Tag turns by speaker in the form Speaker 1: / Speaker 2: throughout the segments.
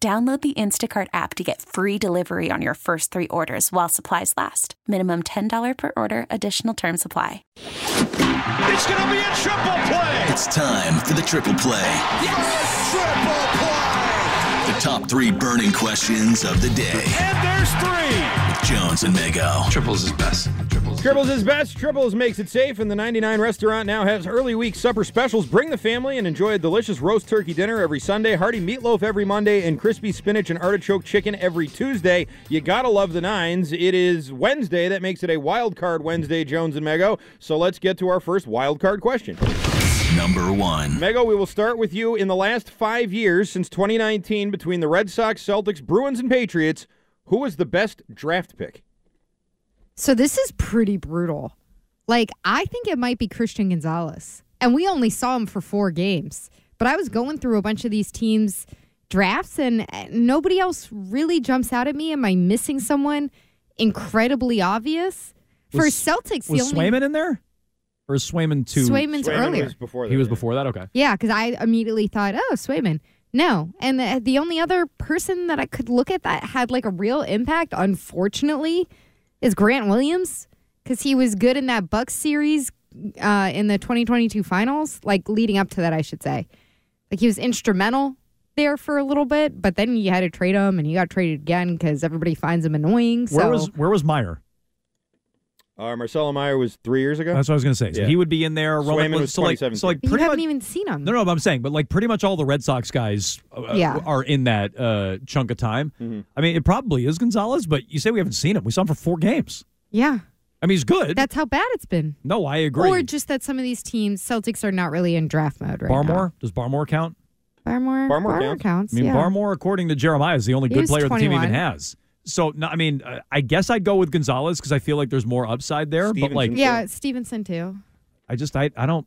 Speaker 1: Download the Instacart app to get free delivery on your first three orders while supplies last. Minimum $10 per order, additional term supply.
Speaker 2: It's going to be a triple play.
Speaker 3: It's time for the triple play.
Speaker 2: Triple play.
Speaker 3: The top three burning questions of the day.
Speaker 2: And there's three.
Speaker 3: with Jones and Mego.
Speaker 4: Triples is best. Triples.
Speaker 5: Triples is best. Triples makes it safe, and the 99 restaurant now has early week supper specials. Bring the family and enjoy a delicious roast turkey dinner every Sunday, hearty meatloaf every Monday, and crispy spinach and artichoke chicken every Tuesday. You gotta love the nines. It is Wednesday. That makes it a wild card Wednesday, Jones and Mego. So let's get to our first wild card question.
Speaker 3: Number one.
Speaker 5: Mego, we will start with you. In the last five years, since 2019, between the Red Sox, Celtics, Bruins, and Patriots, who was the best draft pick?
Speaker 6: So this is pretty brutal. Like I think it might be Christian Gonzalez, and we only saw him for four games. But I was going through a bunch of these teams' drafts, and uh, nobody else really jumps out at me. Am I missing someone incredibly obvious? For
Speaker 7: Was-
Speaker 6: Celtics,
Speaker 7: Was
Speaker 6: the only
Speaker 7: Swayman in there? Or is Swayman too?
Speaker 6: Swayman's
Speaker 5: Swayman
Speaker 6: earlier.
Speaker 5: was before
Speaker 7: He was
Speaker 5: that, yeah.
Speaker 7: before that? Okay.
Speaker 6: Yeah, because I immediately thought, oh, Swayman. No. And the, the only other person that I could look at that had like a real impact, unfortunately, is Grant Williams because he was good in that Bucks series uh, in the 2022 finals, like leading up to that, I should say. Like he was instrumental there for a little bit, but then you had to trade him and he got traded again because everybody finds him annoying. So
Speaker 7: Where was Where was Meyer?
Speaker 5: Uh, Marcelo Meyer was three years ago.
Speaker 7: That's what I was gonna say. So
Speaker 5: Yeah.
Speaker 7: he would be in there. Roman
Speaker 5: Swayman was
Speaker 7: so like, so like
Speaker 6: but you
Speaker 7: pretty
Speaker 6: haven't
Speaker 7: much.
Speaker 6: even seen him.
Speaker 7: No, no, but I'm saying, but like pretty much all the Red Sox guys uh,
Speaker 6: Yeah.
Speaker 7: are in that uh, chunk of time.
Speaker 5: Mm-hmm.
Speaker 7: I mean, it probably is Gonzalez, but you say we haven't seen him. We saw him for four games.
Speaker 6: Yeah.
Speaker 7: I mean, he's good.
Speaker 6: That's how bad it's been.
Speaker 7: no, I agree.
Speaker 6: Or just that some of these teams, Celtics are not really in draft mode right now.
Speaker 7: Barmore? Does Barmore count?
Speaker 6: Barmore.
Speaker 5: Barmore counts.
Speaker 7: I mean,
Speaker 6: yeah.
Speaker 7: Barmore, according to Jeremiah, is the only
Speaker 6: He
Speaker 7: good
Speaker 6: was
Speaker 7: player the team
Speaker 6: 21.
Speaker 7: even has. So, no, I mean, uh, I guess I'd go with Gonzalez because I feel like there's more upside there. But
Speaker 5: Stevenson.
Speaker 7: like,
Speaker 6: Yeah, it's Stevenson too.
Speaker 7: I just, I, I don't.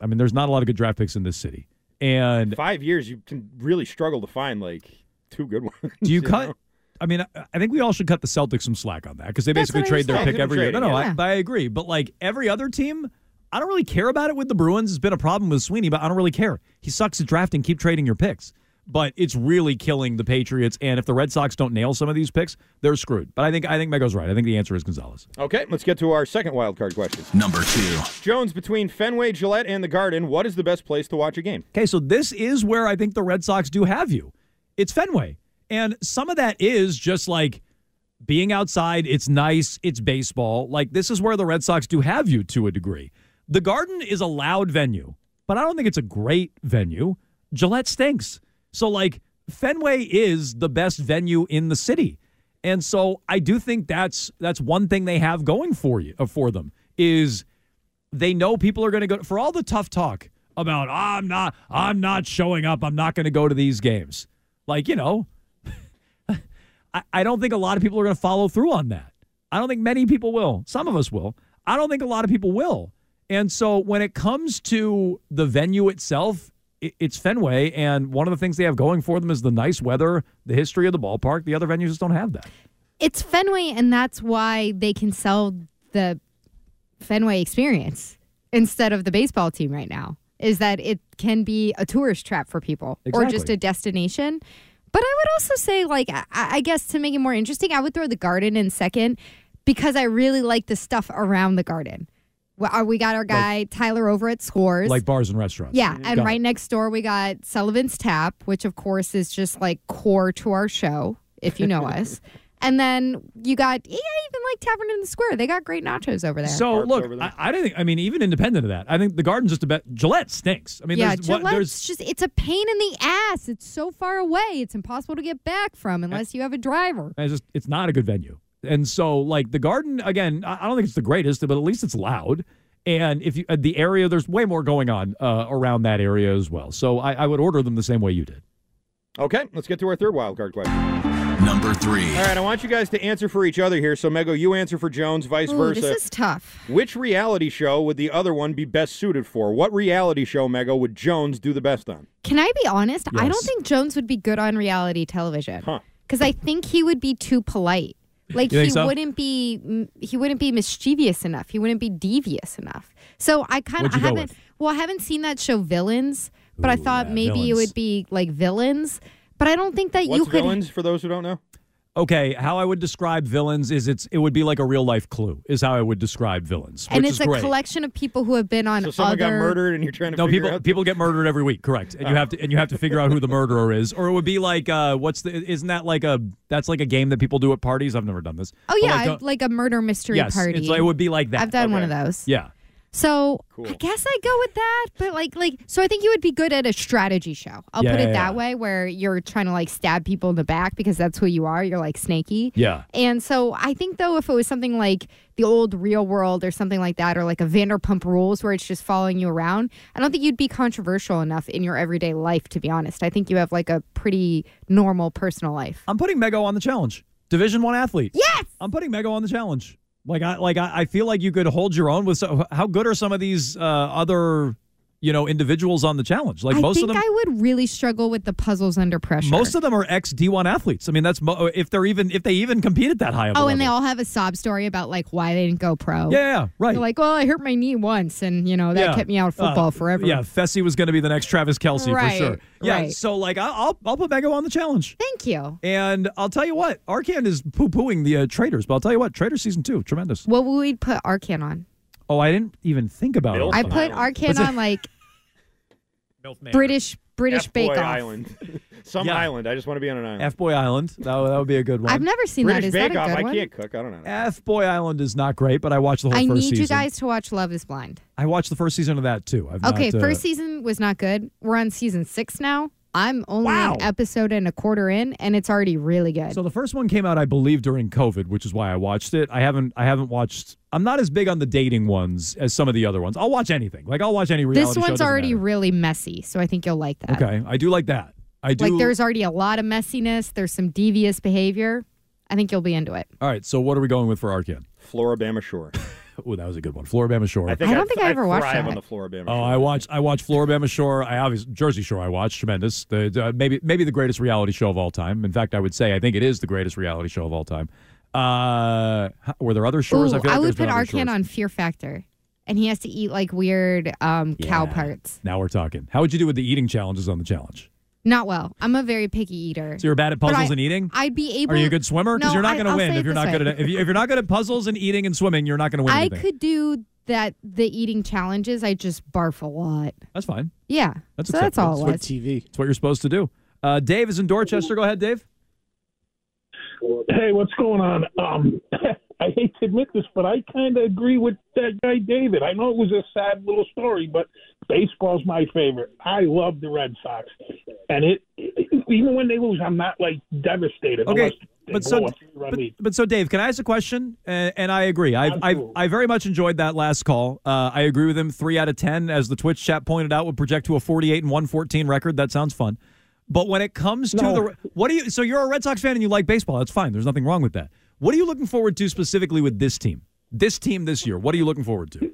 Speaker 7: I mean, there's not a lot of good draft picks in this city. And
Speaker 5: five years, you can really struggle to find like two good ones.
Speaker 7: do you
Speaker 5: know?
Speaker 7: cut? I mean, I- I think we all should cut the Celtics some slack on that because they
Speaker 6: That's
Speaker 7: basically
Speaker 6: what I
Speaker 7: trade their
Speaker 5: was
Speaker 7: pick
Speaker 5: saying.
Speaker 7: every year. No, no,
Speaker 5: Yeah.
Speaker 7: I, but I agree. But like every other team, I don't really care about it with the Bruins. It's been a problem with Sweeney, but I don't really care. He sucks at drafting. Keep trading your picks. But it's really killing the Patriots. And if the Red Sox don't nail some of these picks, they're screwed. But I think I think Mego's right. I think the answer is Gonzalez.
Speaker 5: Okay, let's get to our second wild card question.
Speaker 3: Number two.
Speaker 5: Jones, between Fenway, Gillette, and the Garden, what is the best place to watch a game?
Speaker 7: Okay, so this is where I think the Red Sox do have you. It's Fenway. And some of that is just like being outside, it's nice, it's baseball. Like this is where the Red Sox do have you to a degree. The Garden is a loud venue, but I don't think it's a great venue. Gillette stinks. So like Fenway is the best venue in the city. And so I do think that's that's one thing they have going for you uh, for them is they know people are going to go for all the tough talk about I'm not I'm not showing up. I'm not going to go to these games. Like you know, I, I don't think a lot of people are going to follow through on that. I don't think many people will. Some of us will. I don't think a lot of people will. And so when it comes to the venue itself, it, it's Fenway, and one of the things they have going for them is the nice weather, the history of the ballpark. The other venues just don't have that.
Speaker 6: It's Fenway, and that's why they can sell the Fenway experience instead of the baseball team right now. Is that it can be a tourist trap for people or just
Speaker 7: Exactly.
Speaker 6: a destination. But I would also say, like, I, I guess to make it more interesting, I would throw the garden in second because I really like the stuff around the garden. Well, uh, we got our guy Tyler over at Scores.
Speaker 7: like bars and restaurants.
Speaker 6: yeah, and
Speaker 7: Got it.
Speaker 6: right next door we got Sullivan's Tap, which of course is just like core to our show, if you know us. And then you got yeah, even like Tavern in the Square. They got great nachos over there.
Speaker 7: So
Speaker 5: Parks
Speaker 7: look,
Speaker 5: over there.
Speaker 7: I, I don't think. I mean, even independent of that, I think the garden's just about Gillette stinks. I mean,
Speaker 6: yeah,
Speaker 7: there's, what,
Speaker 6: Gillette's
Speaker 7: there's
Speaker 6: just it's a pain in the ass. It's so far away. It's impossible to get back from unless you have a driver.
Speaker 7: it's just it's not a good venue. And so like the garden again, I I don't think it's the greatest, but at least it's loud. And if you uh, the area, there's way more going on uh, around that area as well. So I, I would order them the same way you did.
Speaker 5: Okay, let's get to our third wild card question.
Speaker 3: Number three.
Speaker 5: All right, I want you guys to answer for each other here. So, Mego, you answer for Jones, vice
Speaker 6: Ooh,
Speaker 5: versa.
Speaker 6: this is tough.
Speaker 5: Which reality show would the other one be best suited for? What reality show, Mego, would Jones do the best on?
Speaker 6: Can I be honest? I
Speaker 7: Yes.
Speaker 6: don't think Jones would be good on reality television
Speaker 5: Huh.
Speaker 6: because I think he would be too polite. Like
Speaker 7: You think
Speaker 6: he
Speaker 7: so?
Speaker 6: wouldn't be mm, he wouldn't be mischievous enough. He wouldn't be devious enough. So I kind of
Speaker 7: What'd
Speaker 6: I
Speaker 7: you go
Speaker 6: haven't
Speaker 7: with?
Speaker 6: well I haven't seen that show Villains, but I
Speaker 7: Ooh,
Speaker 6: thought
Speaker 7: yeah,
Speaker 6: maybe it
Speaker 7: Villains.
Speaker 6: would be like Villains. But I don't think that
Speaker 5: What's
Speaker 6: you could.
Speaker 5: villains for those who don't know?
Speaker 7: Okay, how I would describe villains is it's it would be like a real life clue is how I would describe villains,
Speaker 6: And
Speaker 7: which
Speaker 6: it's
Speaker 7: is
Speaker 6: a
Speaker 7: great.
Speaker 6: collection of people who have been on
Speaker 5: So someone
Speaker 6: other
Speaker 5: got murdered, and you're trying to
Speaker 7: no,
Speaker 5: figure
Speaker 7: people
Speaker 5: out.
Speaker 7: people get murdered every week, correct? And you have to and you have to figure out who the murderer is, or it would be like uh, what's the isn't that like a that's like a game that people do at parties? I've never done this.
Speaker 6: Oh
Speaker 7: But
Speaker 6: yeah,
Speaker 7: like,
Speaker 6: like,
Speaker 7: don't-
Speaker 6: a murder mystery
Speaker 7: yes,
Speaker 6: party.
Speaker 7: It's, like- it would be like that.
Speaker 6: I've done one of
Speaker 5: Okay.
Speaker 6: those.
Speaker 7: yeah,
Speaker 6: So
Speaker 5: Cool.
Speaker 6: I guess I go with that, but like like so I think you would be good at a strategy show. I'll
Speaker 7: Yeah,
Speaker 6: put it
Speaker 7: yeah, yeah.
Speaker 6: that way where you're trying to like stab people in the back because that's who you are. You're like snaky.
Speaker 7: yeah.
Speaker 6: And so I think though if it was something like the old real world or something like that or like a Vanderpump Rules where it's just following you around, I don't think you'd be controversial enough in your everyday life to be honest. I think you have like a pretty normal personal life.
Speaker 7: I'm putting Mego on the challenge. Division one athlete.
Speaker 6: Yes.
Speaker 7: I'm putting Mego on the challenge. Like I like I, I feel like you could hold your own with. So, how good are some of these uh, other you know individuals on the challenge? Like
Speaker 6: I
Speaker 7: most
Speaker 6: think
Speaker 7: of them.
Speaker 6: I would really struggle with the puzzles under pressure.
Speaker 7: Most of them are ex D1 athletes. I mean, that's mo- if they're even if they even compete at that high of a
Speaker 6: Oh, and they
Speaker 7: level.
Speaker 6: all have a sob story about like why they didn't go pro.
Speaker 7: Yeah, yeah, right.
Speaker 6: They're like, well, I hurt my knee once, and you know that
Speaker 7: Yeah.
Speaker 6: kept me out of football
Speaker 7: Uh,
Speaker 6: forever.
Speaker 7: Yeah, Fessy was going to be the next Travis Kelsey for
Speaker 6: Right,
Speaker 7: sure. Yeah,
Speaker 6: right.
Speaker 7: so like I- I'll I'll put Mego on the challenge,
Speaker 6: Thank you.
Speaker 7: and I'll tell you what, Arcan is poo pooing the uh, traders, but I'll tell you what, Trader season two, tremendous.
Speaker 6: What would we put Arcan on?
Speaker 7: Oh, I didn't even think about
Speaker 5: Bill?
Speaker 7: it.
Speaker 6: I
Speaker 5: Milk
Speaker 6: put
Speaker 5: Island.
Speaker 6: Arcan on like British British Bake
Speaker 5: F-boy
Speaker 6: Off.
Speaker 5: Island. Some
Speaker 7: Yeah.
Speaker 5: island. I just want to be on an island.
Speaker 7: F Boy Island, that would, that would be a good one.
Speaker 6: I've never seen
Speaker 5: British
Speaker 6: that. Is
Speaker 5: Bake
Speaker 6: that a
Speaker 5: Off.
Speaker 6: good
Speaker 5: I
Speaker 6: one?
Speaker 5: can't cook. I don't know.
Speaker 7: F Boy Island is not great, but I watched the whole
Speaker 6: I
Speaker 7: first
Speaker 6: need
Speaker 7: season.
Speaker 6: you guys to watch Love Is Blind.
Speaker 7: I watched the first season of that too. I've
Speaker 6: Okay,
Speaker 7: not, uh,
Speaker 6: first season was not good. We're on season six now. I'm only
Speaker 7: Wow.
Speaker 6: an episode and a quarter in, and it's already really good.
Speaker 7: So the first one came out, I believe, during COVID, which is why I watched it. I haven't, I haven't watched. I'm not as big on the dating ones as some of the other ones. I'll watch anything. Like I'll watch any reality.
Speaker 6: this
Speaker 7: show,
Speaker 6: one's
Speaker 7: doesn't
Speaker 6: already
Speaker 7: matter.
Speaker 6: really messy, so I think you'll like that.
Speaker 7: okay. I do like that. I do.
Speaker 6: Like there's already a lot of messiness. There's some devious behavior. I think you'll be into it.
Speaker 7: All right. So what are we going with for Arcan?
Speaker 5: Floribama Shore.
Speaker 7: Oh, that was a good one. Floribama Shore.
Speaker 6: I don't think I ever watched
Speaker 5: thrive
Speaker 6: that.
Speaker 5: on the Floribama
Speaker 7: Oh,
Speaker 5: Shore.
Speaker 7: I watch. I watch Floribama Shore. I obviously Jersey Shore. I watch tremendous. The, the- uh, maybe maybe the greatest reality show of all time. In fact, I would say I think it is the greatest reality show of all time. Uh, h- were there other shores?
Speaker 6: Ooh,
Speaker 7: I, feel like
Speaker 6: would
Speaker 7: there's been
Speaker 6: put
Speaker 7: other
Speaker 6: Arcan
Speaker 7: shores.
Speaker 6: on Fear Factor, and he has to eat like weird um, cow parts.
Speaker 7: Now we're talking. How would you do with the eating challenges on the challenge?
Speaker 6: Not well. I'm a very picky eater.
Speaker 7: So you're bad at
Speaker 6: But
Speaker 7: puzzles
Speaker 6: I-
Speaker 7: and eating.
Speaker 6: I'd be able.
Speaker 7: Are you a good swimmer? Because
Speaker 6: No,
Speaker 7: you're not
Speaker 6: I-
Speaker 7: going to
Speaker 6: I'll
Speaker 7: win
Speaker 6: say it
Speaker 7: if you're
Speaker 6: this
Speaker 7: not
Speaker 6: way.
Speaker 7: good at if, you, if you're not good at puzzles and eating and swimming, you're not going to win.
Speaker 6: I
Speaker 7: anything.
Speaker 6: could do that. The eating challenges. I just barf a lot.
Speaker 7: That's fine.
Speaker 6: Yeah.
Speaker 7: That's
Speaker 6: so that's
Speaker 7: acceptable.
Speaker 6: all it
Speaker 7: That's
Speaker 6: was.
Speaker 4: TV.
Speaker 7: That's what you're supposed to do. Uh, Dave is in Dorchester. Go ahead, Dave.
Speaker 4: Hey, what's going on? Um, I hate to admit this, but I kind of agree with that guy David. I know it was a sad little story, but baseball's my favorite. I love the Red Sox, and it even when they lose, I'm not like devastated. unless
Speaker 7: Okay,
Speaker 4: they
Speaker 7: but so
Speaker 4: blow a three-run
Speaker 7: but,
Speaker 4: lead.
Speaker 7: but so Dave, can I ask a question?
Speaker 6: Uh,
Speaker 7: And, and I agree. I I
Speaker 4: Absolutely.
Speaker 7: I very much enjoyed that last call. Uh, I agree with him. Three out of ten, as the Twitch chat pointed out, would project to a 48 and 114 record. That sounds fun. But when it comes to
Speaker 4: No.
Speaker 7: the what do you? So you're a Red Sox fan and you like baseball. That's fine. There's nothing wrong with that. What are you looking forward to specifically with this team? This team this year. What are you looking forward to?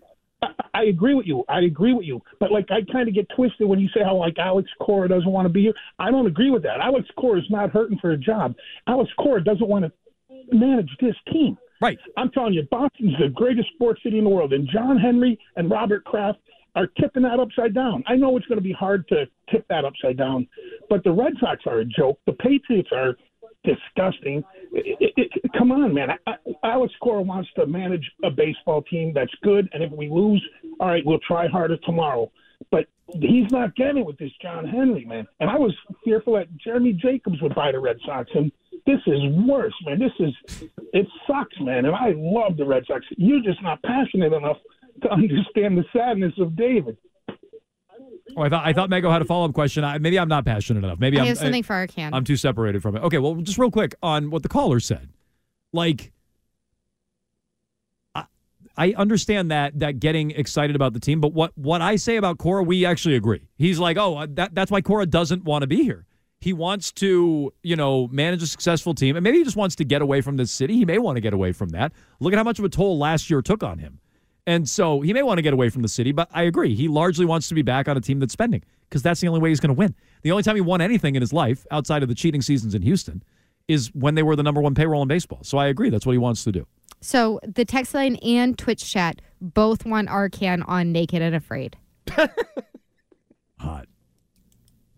Speaker 4: I agree with you. I agree with you. But like, I kind of get twisted when you say how like Alex Cora doesn't want to be here. I don't agree with that. Alex Cora is not hurting for a job. Alex Cora doesn't want to manage this team.
Speaker 7: Right.
Speaker 5: Eh.
Speaker 4: I'm telling you, Boston's the greatest sports city in the world, and John Henry and Robert Kraft are tipping that upside down. I know it's going to be hard to tip that upside down, but the Red Sox are a joke. The Patriots are disgusting.
Speaker 8: it, it, it- come on, man. I, I, Alex Cora wants to manage a baseball team that's good, and if we lose, all right, we'll try harder tomorrow. But he's not getting it with this John Henry, man. And I was fearful that Jeremy Jacobs would buy the Red Sox, and this is worse, man. This is it sucks, man. And I love the Red Sox. You're just not passionate enough to understand the sadness of David.
Speaker 6: Oh, I thought I thought Mego had a follow up question. I, maybe I'm not passionate enough. Maybe
Speaker 9: I
Speaker 6: I'm,
Speaker 9: have something for Arcan.
Speaker 6: I'm too separated from it. Okay, well, just real quick on what the caller said. Like, I, I understand that that getting excited about the team, but what what I say about Cora, we actually agree. He's like, oh, that, that's why Cora doesn't want to be here. He wants to, you know, manage a successful team, and maybe he just wants to get away from this city. He may want to get away from that. Look at how much of a toll last year took on him. And so he may want to get away from the city, but I agree. He largely wants to be back on a team that's spending because that's the only way he's going to win. The only time he won anything in his life outside of the cheating seasons in Houston is when they were the number one payroll in baseball. So I agree. That's what he wants to do.
Speaker 9: So the text line and Twitch chat both want Arcan on Naked and Afraid.
Speaker 6: Hot.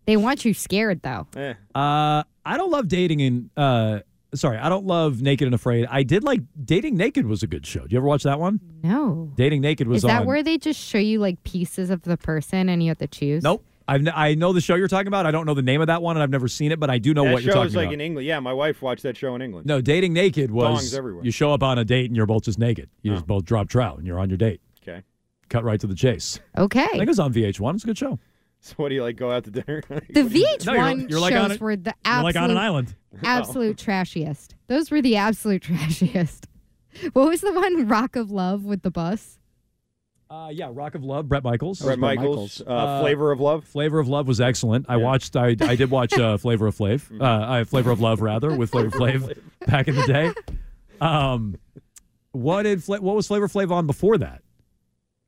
Speaker 9: They want you scared though.
Speaker 6: Uh, I don't love dating in. Uh, sorry, I don't love Naked and Afraid. I did like Dating Naked was a good show. Do you ever watch that one?
Speaker 9: No.
Speaker 6: Dating Naked was
Speaker 9: Is that
Speaker 6: on.
Speaker 9: where they just show you like pieces of the person and you have to choose?
Speaker 6: Nope. I've n- I know the show you're talking about. I don't know the name of that one, and I've never seen it, but I do know
Speaker 5: that
Speaker 6: what
Speaker 5: show
Speaker 6: you're talking
Speaker 5: is like
Speaker 6: about.
Speaker 5: in England. Yeah, my wife watched that show in England.
Speaker 6: No, dating naked was
Speaker 5: Thongs everywhere.
Speaker 6: you show up on a date and you're both just naked. You just both drop trout and you're on your date.
Speaker 5: Okay.
Speaker 6: Cut right to the chase.
Speaker 9: Okay.
Speaker 6: I think it was on VH1. It's a good show.
Speaker 5: So what do you like? Go out to dinner? Like,
Speaker 9: The
Speaker 5: what do you-
Speaker 9: VH1
Speaker 6: No, you're- you're like
Speaker 9: shows
Speaker 6: on a-
Speaker 9: were the
Speaker 6: you're
Speaker 9: absolute,
Speaker 6: like on an island.
Speaker 9: absolute trashiest. Those were the absolute trashiest. What was the one? Rock of Love with the bus.
Speaker 6: Uh, yeah, Rock of Love, Brett Michaels.
Speaker 5: Brett Michaels, uh, Flavor of Love.
Speaker 6: Flavor of Love was excellent. I watched. I, I did watch uh, Flavor of Flav. Uh, uh, Flavor of Love rather with Flavor Flav back in the day. Um, what did Fla- what was Flavor Flav on before that?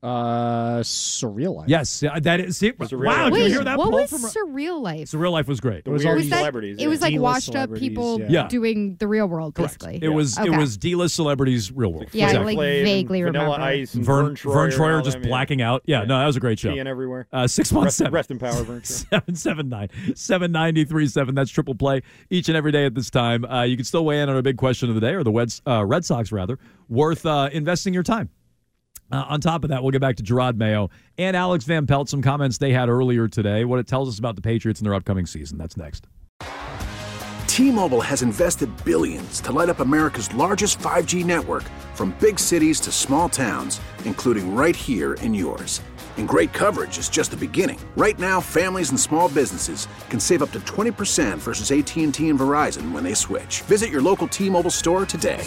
Speaker 7: Uh, surreal life.
Speaker 6: Yes, uh, that is. See,
Speaker 5: Was it Real
Speaker 6: wow,
Speaker 5: Life?
Speaker 6: did you
Speaker 9: Wait,
Speaker 6: hear that
Speaker 9: what
Speaker 6: poll
Speaker 9: was
Speaker 6: from?
Speaker 9: surreal life?
Speaker 6: Surreal Life was great.
Speaker 5: The
Speaker 7: was
Speaker 5: weird
Speaker 7: already-
Speaker 9: that-
Speaker 5: celebrities.
Speaker 9: It was like
Speaker 7: D-list
Speaker 9: washed up
Speaker 7: celebrities,
Speaker 9: people
Speaker 7: yeah.
Speaker 6: Yeah.
Speaker 9: doing the real world, basically.
Speaker 6: It was it
Speaker 9: Okay.
Speaker 6: was D-list celebrities, real world.
Speaker 9: Yeah,
Speaker 6: Exactly.
Speaker 9: I, like,
Speaker 5: Flav and
Speaker 9: vaguely
Speaker 5: Vanilla
Speaker 9: remember.
Speaker 5: Ice and
Speaker 6: Vern,
Speaker 5: and
Speaker 6: Vern
Speaker 5: all
Speaker 6: Troyer just
Speaker 5: them, yeah.
Speaker 6: blacking out. Yeah, no, that was a great show.
Speaker 5: Peeing everywhere.
Speaker 6: Uh, six one
Speaker 5: Rest,
Speaker 6: seven.
Speaker 5: rest in power, Vern Troyer.
Speaker 6: Seven seven nine seven ninety three seven. That's triple play each and every day at this time. Uh, you can still weigh in on our big question of the day, or the Weds, uh, Red Sox rather, worth uh, investing your time. Uh, on top of that, we'll get back to Gerard Mayo and Alex Van Pelt. Some comments they had earlier today. What it tells us about the Patriots and their upcoming season. That's next.
Speaker 10: T-Mobile has invested billions to light up America's largest 5G network from big cities to small towns, including right here in yours. And great coverage is just the beginning. Right now, families and small businesses can save up to 20% versus AT&T and Verizon when they switch. Visit your local T-Mobile store today.